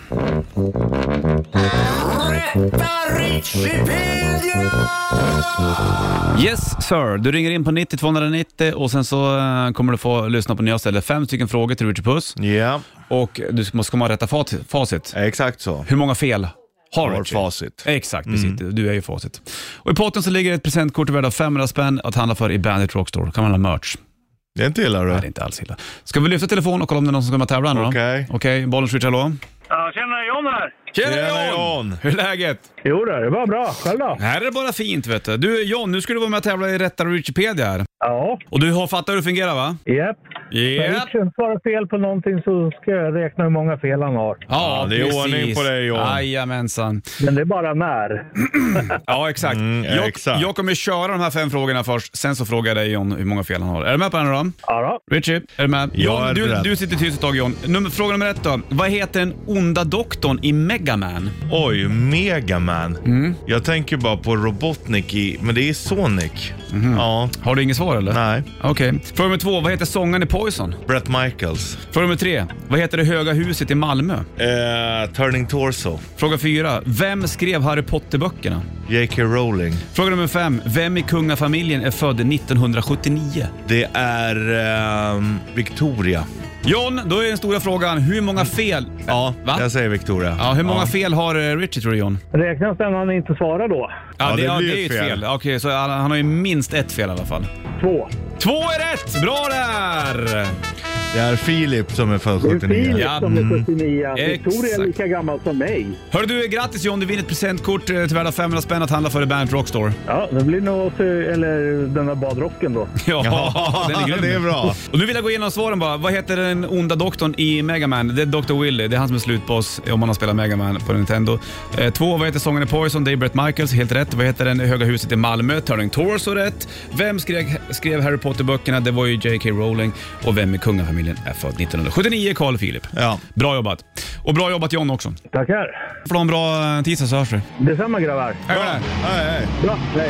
B: Yes sir, du ringer in på 90 290 och sen så eh, kommer du få lyssna på när jag ställer fem stycken frågor till Richard Puss.
C: Ja,
B: Och du ska- ska man rätta fat- facit.
C: exakt så.
B: Hur många fel har
C: Har
B: Richie?
C: facit. Mm.
B: Exakt, precis. Du är ju facit. Och I potten så ligger ett presentkort värd av 500 spänn att handla för i Bandit Rockstore. kan man handla merch.
C: Det är inte illa
B: Nej,
C: du.
B: det är inte alls illa. Ska vi lyfta telefonen och kolla om det är någon som ska med och tävla nu då?
C: Okej.
B: Okej, bollen switch, hallå?
F: Ja, tjena, John här!
C: Tjena, John!
B: Hur är läget?
H: Jo då, det var bra. Själv då?
B: Här är det bara fint vet du. Du John, nu ska du vara med och tävla i Rättare Wikipedia här.
H: Ja,
B: Och du har fattat hur det fungerar va?
H: japp.
B: Yep.
H: Yep. Om svarar fel på någonting så ska jag räkna hur många fel han har.
B: Ja,
C: det är
B: precis.
C: ordning på dig, John.
B: Jajamensan.
H: Men det är bara när.
B: Ja, exakt. jag,
C: Mm, exakt.
B: jag kommer köra de här fem frågorna först, sen så frågar jag dig John hur många fel han har. Är du med på den då?
H: Ja, då.
B: Richie, är du med?
C: Jag
B: John,
C: är
B: du,
C: beredd.
B: du sitter tyst ett tag John. Nummer, fråga nummer ett då. Vad heter den onda doktorn i Mega Man?
C: Oj, Megaman.
B: Mm.
C: Jag tänker bara på Robotnik i... Men det är Sonic.
B: Mhm.
C: Ja,
B: Har du inget svar eller?
C: nej.
B: Okej. Fråga nummer två. Vad heter sångaren i Poison?
C: Brett Michaels.
B: Fråga nummer tre. Vad heter det höga huset i Malmö?
C: Eh, Turning Torso.
B: Fråga fyra. Vem skrev Harry Potter-böckerna?
C: J.K. Rowling.
B: Fråga nummer fem. Vem i kungafamiljen är född 1979?
C: Det är ehm, Victoria.
B: John, då är den stora frågan. Hur många fel...
C: Mm. Ja,
B: Va?
C: jag säger Victoria.
B: Ja, hur många fel har eh, Richie tror du John?
H: Räknas den han inte svarar då?
B: Ja,
C: Ja,
B: det,
C: det
B: ja,
C: blir
B: det är ju
C: ett
B: ett fel.
C: fel.
B: Okej, så han, han har ju minst ett fel i alla fall.
H: Två.
B: Två är rätt! Bra där!
C: eh, Det är Filip som är född
H: Det är
C: 79.
H: Filip
B: Ja,
H: som är 79. Victoria
B: Exakt.
H: är lika gammal som mig.
B: Hör du, grattis John. Du vinner ett presentkort eh, till värde av 500 spänn att handla för i Bernt Rockstore.
H: Ja, det blir nog oss, eller den där badrocken då.
B: Ja,
C: Ja,
B: den är grym.
C: det är bra.
B: Och nu vill jag gå igenom svaren bara. Vad heter den onda doktorn i Mega Man? Det är Dr. Willy. Det är han som är slutboss om man har spelat Mega Man på Nintendo. Eh, två, vad heter sången i Poison? Det är Brett Michaels, helt rätt. Vad heter den i Höga huset i Malmö? Turning Torso, rätt. Vem skrev, skrev Harry Potter-böckerna? Det var ju J.K. Rowling. Och vem i kungafamiljen är född 1979? Carl Philip.
C: Ja.
B: Bra jobbat. Och bra jobbat John också.
H: Tackar.
B: Får du ha en bra eh, tisdag så hörs vi.
H: Detsamma grabbar.
B: Hej med dig.
C: Hej, hej.
H: Bra, hej.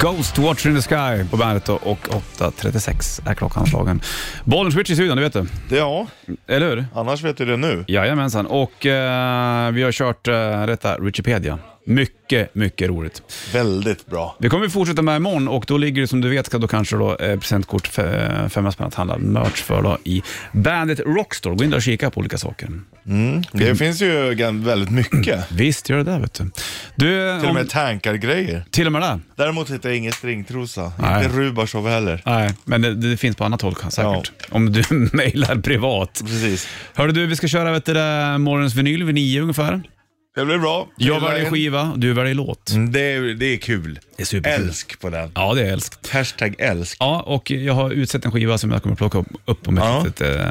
B: Ghost Watcher in the Sky på bandet och och 8.36 är klockan slagen. Bollen switch i studion, det vet du.
C: Ja,
B: Eller hur?
C: annars vet du det nu.
B: Jajamensan. Och eh, vi har kört eh, detta, Wikipedia. Mycket, mycket roligt.
C: Väldigt bra.
B: Det kommer vi fortsätta med imorgon och då ligger det som du vet ska då kanske då eh, presentkort för 500 spänn att handla merch för då i bandet Rockstore. Gå in där och kika på olika saker.
C: Det finns ju gan- väldigt mycket.
B: Visst gör det där vet du. du
C: Till och
B: om,
C: med tankar-grejer.
B: till och med det?
C: Däremot hittar jag ingen stringtrosa.
B: Nej.
C: Inte Rubashov heller.
B: Nej, men det, det finns på annat håll säkert. Om du mejlar privat.
C: Precis.
B: Hörru du, vi ska köra vet du, det, morgonens vinyl vid nio ungefär.
C: Det blir bra.
B: Jag väljer skiva, du väljer låt.
C: Mm, Det är, det är kul.
B: Det är superkul.
C: Älsk på den.
B: Ja, det är älsk.
C: Hashtag älsk.
B: Ja, och jag har utsett en skiva som jag kommer plocka upp, upp om ett
C: Ja.
B: litet... Eh,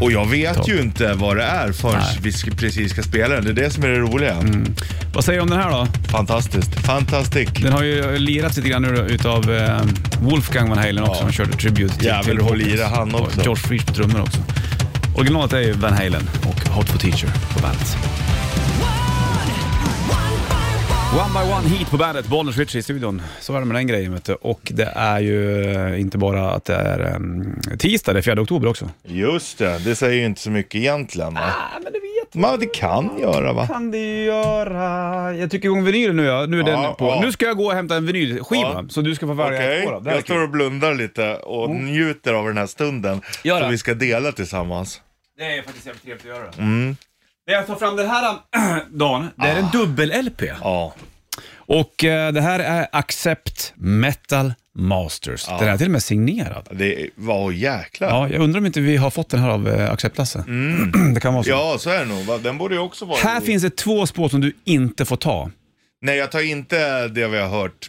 C: Och jag vet ju inte vad det är förrän vi ska- precis ska spela den. Det är det som är det roliga.
B: Mm. vad säger du om den här då?
C: Fantastiskt. Fantastic.
B: Den har ju lirats lite grann nu utav eh, Wolfgang Van Halen också.
C: Ja.
B: Han körde tribute till
C: Jävel
B: Taylor
C: på
B: Hawkins.
C: lira han
B: Och
C: också.
B: George Freeze på trummor också. Originalet är ju Van Halen och Hot for Teacher på bandet. One by one hit på bandet, Bollnäs Ritchie i studion. Så är det med den grejen vet du. Och det är ju eh, inte bara att det är um, tisdag, det är 4 oktober också.
C: Just det. Det säger ju inte så mycket egentligen. Va?
B: Nej, men det vet
C: Men det kan göra va?
B: kan det göra. Jag tycker igång vinylen nu. Ja. Nu, är
C: Ja,
B: den på.
C: ja.
B: nu ska jag gå och hämta en vinylskiva,
C: Ja.
B: så du ska få välja
C: Okej,
B: ett år. Det här är
C: jag står
B: kul. Mm.
C: och blundar lite och njuter av den här stunden
B: Gör det.
C: som vi ska dela tillsammans.
B: Det är faktiskt jävligt trevligt att göra det.
C: Mm.
B: Det jag tar fram den här dagen, det är en
C: Ah.
B: dubbel-LP.
C: Ja,
B: Och eh, det här är Accept Metal Masters. Den är till och med signerad.
C: det var jäklar.
B: Ja,
C: Ja.
B: jag undrar om inte vi har fått den här av eh, Accept-Lasse.
C: Mm.
B: Det kan vara så.
C: så är det nog. va? Den borde ju också vara...
B: Här finns det två spår som du inte får ta.
C: Nej, jag tar inte det vi har hört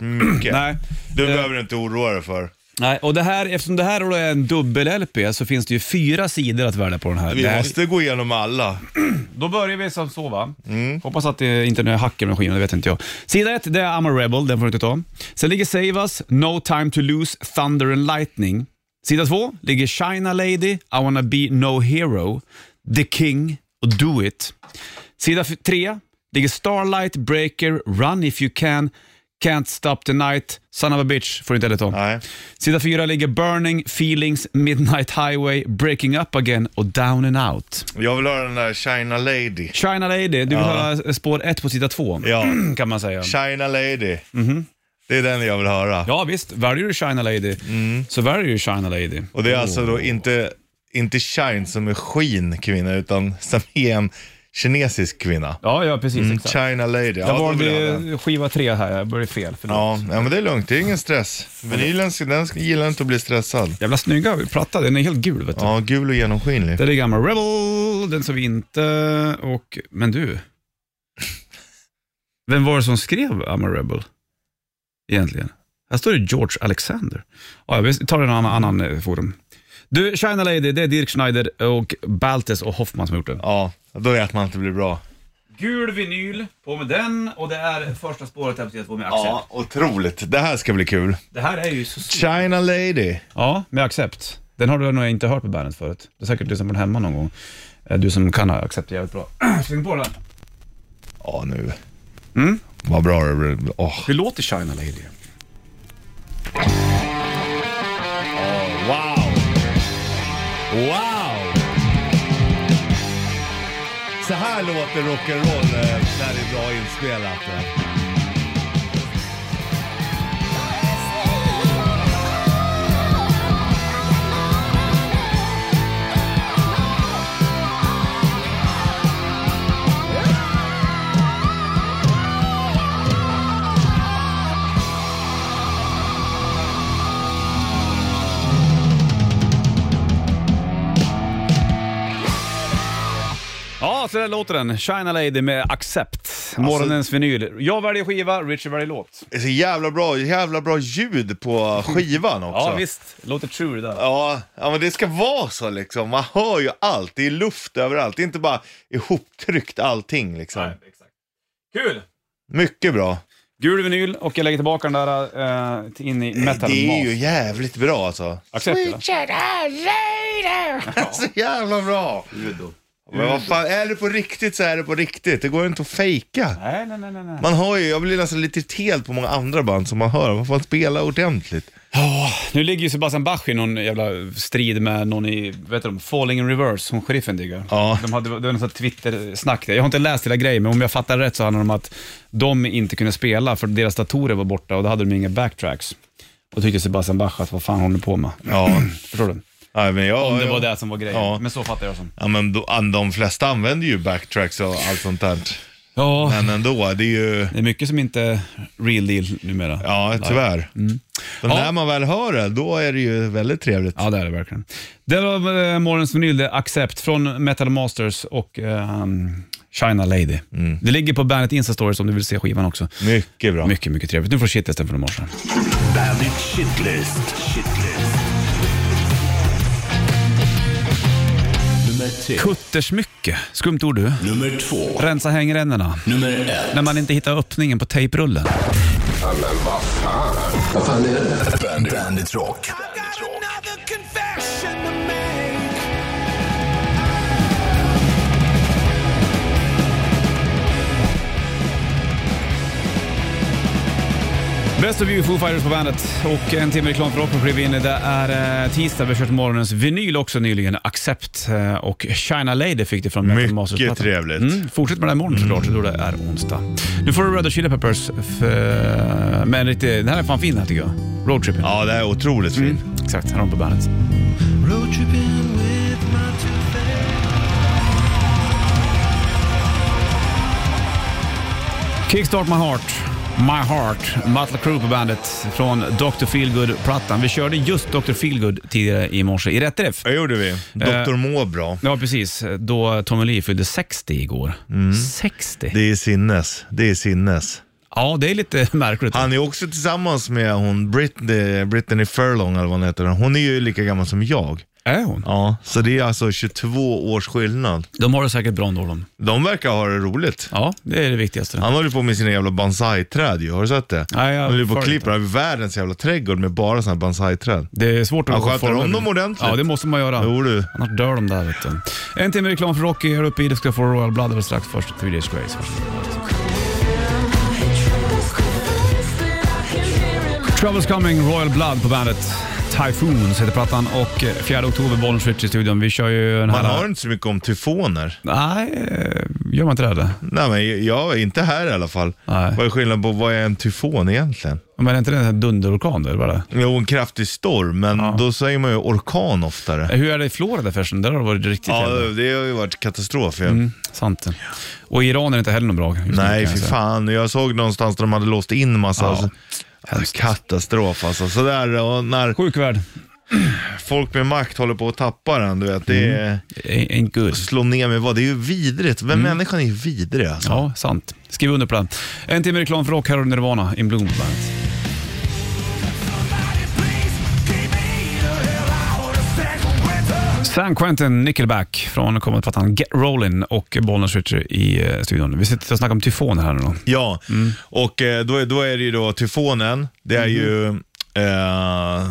C: mycket.
B: Nej.
C: Du
B: Eh.
C: behöver inte oroa dig för.
B: Nej, och det här, eftersom det här då är en dubbel-LP så finns det ju fyra sidor att välja på den här.
C: Vi
B: Det här
C: måste gå igenom alla.
B: Då börjar vi som så va. Hoppas att det inte är några hackor med skivan, det vet inte jag. Sida ett, det är I'm a Rebel, den får du inte ta. Sen ligger Save Us, No Time To Lose, Thunder and Lightning. Sida två ligger China Lady, I Wanna Be No Hero, The King och Do It. Sida f- tre ligger Starlight, Breaker, Run If You Can, Can't Stop The Night, Son of a Bitch får du inte heller ta.
C: Nej.
B: Sida fyra ligger Burning, Feelings, Midnight Highway, Breaking Up Again och Down and Out.
C: Jag vill höra den där China Lady.
B: China Lady, du vill höra spår ett på sida två,
C: Ja,
B: kan man säga.
C: China Lady. Det är den jag vill höra.
B: Ja visst, väljer du China Lady så väljer du China Lady.
C: Mm. Och det är alltså då inte, inte Shine som är skin kvinna, utan som är en kinesisk kvinna.
B: Ja, ja precis. exakt.
C: China Lady. Mm. Ja,
B: Jag
C: då vill jag ha
B: valde
C: den.
B: skiva tre här, jag började fel. Förlåt.
C: Ja, ja, men det är lugnt. Det är ingen stress. Vinylen ska- den ska- gillar inte att bli stressad.
B: Jävla snygga platta, den är helt gul vet du.
C: Ja, gul och genomskinlig.
B: Där är gamla Rebel, den som vi inte... Och, men du. Vem var det som skrev I'm a Rebel? Egentligen. Här står det George Alexander. Ja, vi tar en annan, annan eh, forum. Du, China Lady, det är Dirk Schneider och Baltes och Hoffman som har gjort den.
C: Ja, då vet man att det blir bra.
B: Gul vinyl, på med den och det är första spåret här på T2 med Accept.
C: Ja, otroligt. Det här ska bli kul.
B: Det här är ju så...
C: China Lady.
B: Ja, med Accept. Den har du nog inte hört på bandet förut. Du har säkert lyssnat på den hemma någon gång. Eh, Du som kan Accept jävligt bra. Släng på den.
C: Ja, nu. Mm. Vad bra det blir. Åh,
B: Hur låter China Lady?
C: Wow! Wow! Så här låter rock'n'roll eh, när det är bra inspelat. eh.
B: så där låter den. China Lady med Accept. Morgonens vinyl. Jag väljer skiva, Richard väljer låt.
C: Det är så jävla bra, jävla bra ljud på skivan också.
B: Ja visst, låter true det där.
C: Ja, ja, men det ska vara så liksom. Man hör ju allt. Det är luft överallt. Det är inte bara ihoptryckt allting liksom.
B: Kul!
C: Mycket bra.
B: Gul vinyl och jag lägger tillbaka den där eh, in i metal
C: det är ju
B: mask.
C: jävligt bra alltså.
B: Accept, eller?
C: Så jävla bra. Men vad fan, är det på riktigt så är det på riktigt. Det går ju inte att fejka.
B: Nej, nej, nej, nej. nej.
C: Man hör ju, jag blir nästan lite irriterad på många andra band som man hör. Man får spela ordentligt.
B: Nu ligger ju Sebastian Bach i någon jävla strid med någon i, vet du, Falling in Reverse, som sheriffen diggar.
C: Ja.
B: De hade, det var någon sån här Twitter-snack där. Jag har inte läst hela grejen, men om jag fattar rätt så handlar det om att de inte kunde spela för deras datorer var borta och då hade de inga backtracks. Och tyckte Sebastian Bach att vad fan håller ni på med?
C: Ja,
B: Förstår du?
C: ja men jag...
B: Om det
C: jag-
B: var det som var grejen.
C: Ja.
B: Men så fattar jag som.
C: Ja, men de, de flesta använder ju backtracks och allt sånt där.
B: Ja,
C: Men ändå, det är ju...
B: det är mycket som inte är real deal numera.
C: Ja, tyvärr. Men
B: Ja.
C: när man väl hör det, då är det ju väldigt trevligt.
B: Ja, det är det verkligen. Det var eh, morgonens vinyl, det är Accept från Metal Masters och ehm, China Lady. Det ligger på bandet Insta Stories om du vill se skivan också.
C: Mycket Mm. bra.
B: Mycket, mycket trevligt. Nu får du shitlisten från i morse.
A: Bandit Shitlist. Shitlist. Nummer
C: Typ.
A: tre.
B: Kuttersmycke, skumt ord du.
A: Nummer två.
B: Rensa hängrännorna.
A: Nummer ett.
B: När man inte hittar öppningen på tejprullen.
A: Bandit, Bandit Rock.
B: Best of you, Foo Fighters på bandet. Och en timme reklam för rock på Previn. Det är eh, tisdag, vi har kört morgonens vinyl också nyligen. Accept eh, och China Lady fick det från Metal Masters.
C: Mycket trevligt.
B: Mm, fortsätt med det här imorgon såklart, då det är onsdag. Nu får du Red Hot Chili Peppers för, med lite... Den här är fan fin den här tycker jag. Roadtrip.
C: Ja, det är otroligt fint.
B: Exakt, här har de på bandet. Kickstart My Heart, My Heart, Mötley Crüe på bandet från Dr. Feelgood-plattan. Vi körde just Dr. Feelgood tidigare i morse i rätt träff.
C: Det gjorde vi. Doktor mår bra.
B: Ja, precis. Då Tommy Lee fyllde 60 igår. 60?
C: Mm. Det är sinnes. Det är sinnes.
B: Ja, det är lite märkligt.
C: Han är också tillsammans med hon Britney, Brittany Furlong eller vad hon heter. Hon är ju lika gammal som jag.
B: Är hon?
C: Ja, så det är alltså 22 års skillnad.
B: De har det säkert bra ändå de.
C: De verkar ha det roligt.
B: Ja, det är det viktigaste.
C: Han håller på med sina jävla bonsai-träd ju, har du sett det?
B: Nej, jag
C: han håller på och
B: följer
C: klipper han har världens jävla trädgård med bara sådana här bonsai-träd.
B: Det är svårt att
C: Han sköter
B: forma
C: om
B: det.
C: dem ordentligt.
B: Ja, det måste man göra.
C: Jo du.
B: Annars dör de där vet du. En timme reklam för Rocky här uppe i. Det ska få Royal Blood alldeles strax. Först Three Days Grace. Troubles Coming, Royal Blood på bandet. Typhoons heter plattan och eh, 4 oktober Bollnäs Ritch i studion. Vi kör ju den här...
C: Man hör inte så mycket om tyfoner.
B: Nej, eh, gör man inte det? Eller?
C: Nej men jag, inte här i alla fall.
B: Nej.
C: Vad är skillnaden på vad är en tyfon egentligen?
B: Men är inte det en sån här dunderorkan? Eller vad är det?
C: Jo, en kraftig storm, men då säger man ju orkan oftare.
B: Hur är det i Florida förresten? Där har det varit riktigt
C: Ja,
B: jävla-
C: det har ju varit katastrof
B: Mm.
C: ju.
B: Sant det. Och i Iran är det inte heller något bra. just nu, kan
C: Nej,
B: jag
C: fy
B: säga.
C: fan. Jag såg någonstans där de hade låst in massa... Alltså, katastrof alltså. Sådär, och när
B: Sjuk värld.
C: folk med makt håller på att tappa den, du vet. Det är...
B: Ain't good.
C: slå ner mig vad. Det är ju vidrigt. Men människan är ju vidrig alltså.
B: Ja, sant. Skriv under på den. En timme reklam för rock, här har du Nirvana, In Bloom på bandet. San Quentin Nickelback från kommande plattan Get Rollin' och Bollnäs Ritchie i eh, studion. Vi sitter och snackar om tyfoner här nu då.
C: Ja, och eh, då är, då är det ju då tyfonen. Det är ju eh,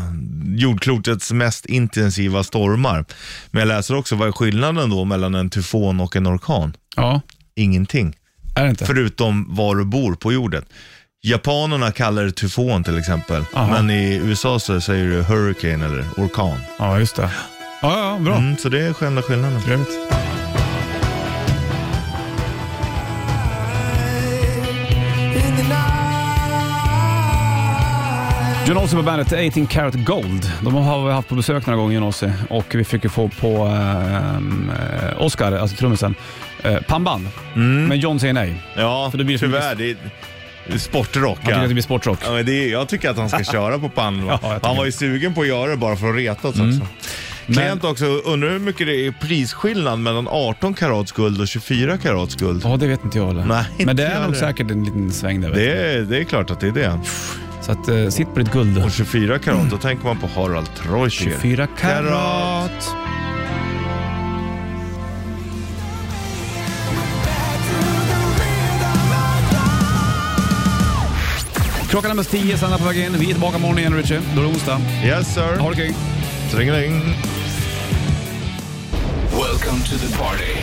C: jordklotets mest intensiva stormar. Men jag läser också, vad är skillnaden då mellan en tyfon och en orkan?
B: Ja,
C: Ingenting.
B: är det inte?
C: Förutom var du bor på jorden. Japanerna kallar det tyfon till exempel,
B: Aha.
C: men i USA så säger du hurricane eller orkan.
B: Ja, just det. Ja, ja, bra.
C: Mm, så det är enda skillnaden.
B: Trevligt. Johnossi på bandet 18 Karat Gold. De har vi haft på besök några gånger, Johnossi. Och vi fick ju få på ehm, eh, Oscar, alltså trummisen, eh, pannband.
C: Mm.
B: Men John säger nej.
C: Ja,
B: För det blir så
C: tyvärr. Det är
B: Han
C: sportrock.
B: tycker
C: ja.
B: att det blir sportrock.
C: Ja, men det är, jag tycker att han ska köra på pannband.
B: Ja, jag tycker det.
C: han var
B: Mm.
C: ju sugen på att göra det bara för att retas också. Klient också, undrar hur mycket det är prisskillnad mellan 18 karats guld och 24 karats guld.
B: Ja, det vet inte jag heller.
C: Nej,
B: Men det
C: inte
B: är
C: jag
B: nog
C: heller.
B: säkert en liten sväng där. vet
C: Det är, det är klart att det är det.
B: du. Så att, eh, sitt på ditt guld. då.
C: Och 24 karat, då tänker man på Harald Treutiger.
B: 24 karat. Klockan är mest 10, Sanna på väg in. Vi är tillbaka imorgon igen Richie. Då är det onsdag.
C: Yes sir.
B: Ha det kul.
C: Tringeling.
A: Welcome to the party.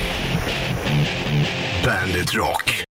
A: Bandit Rock.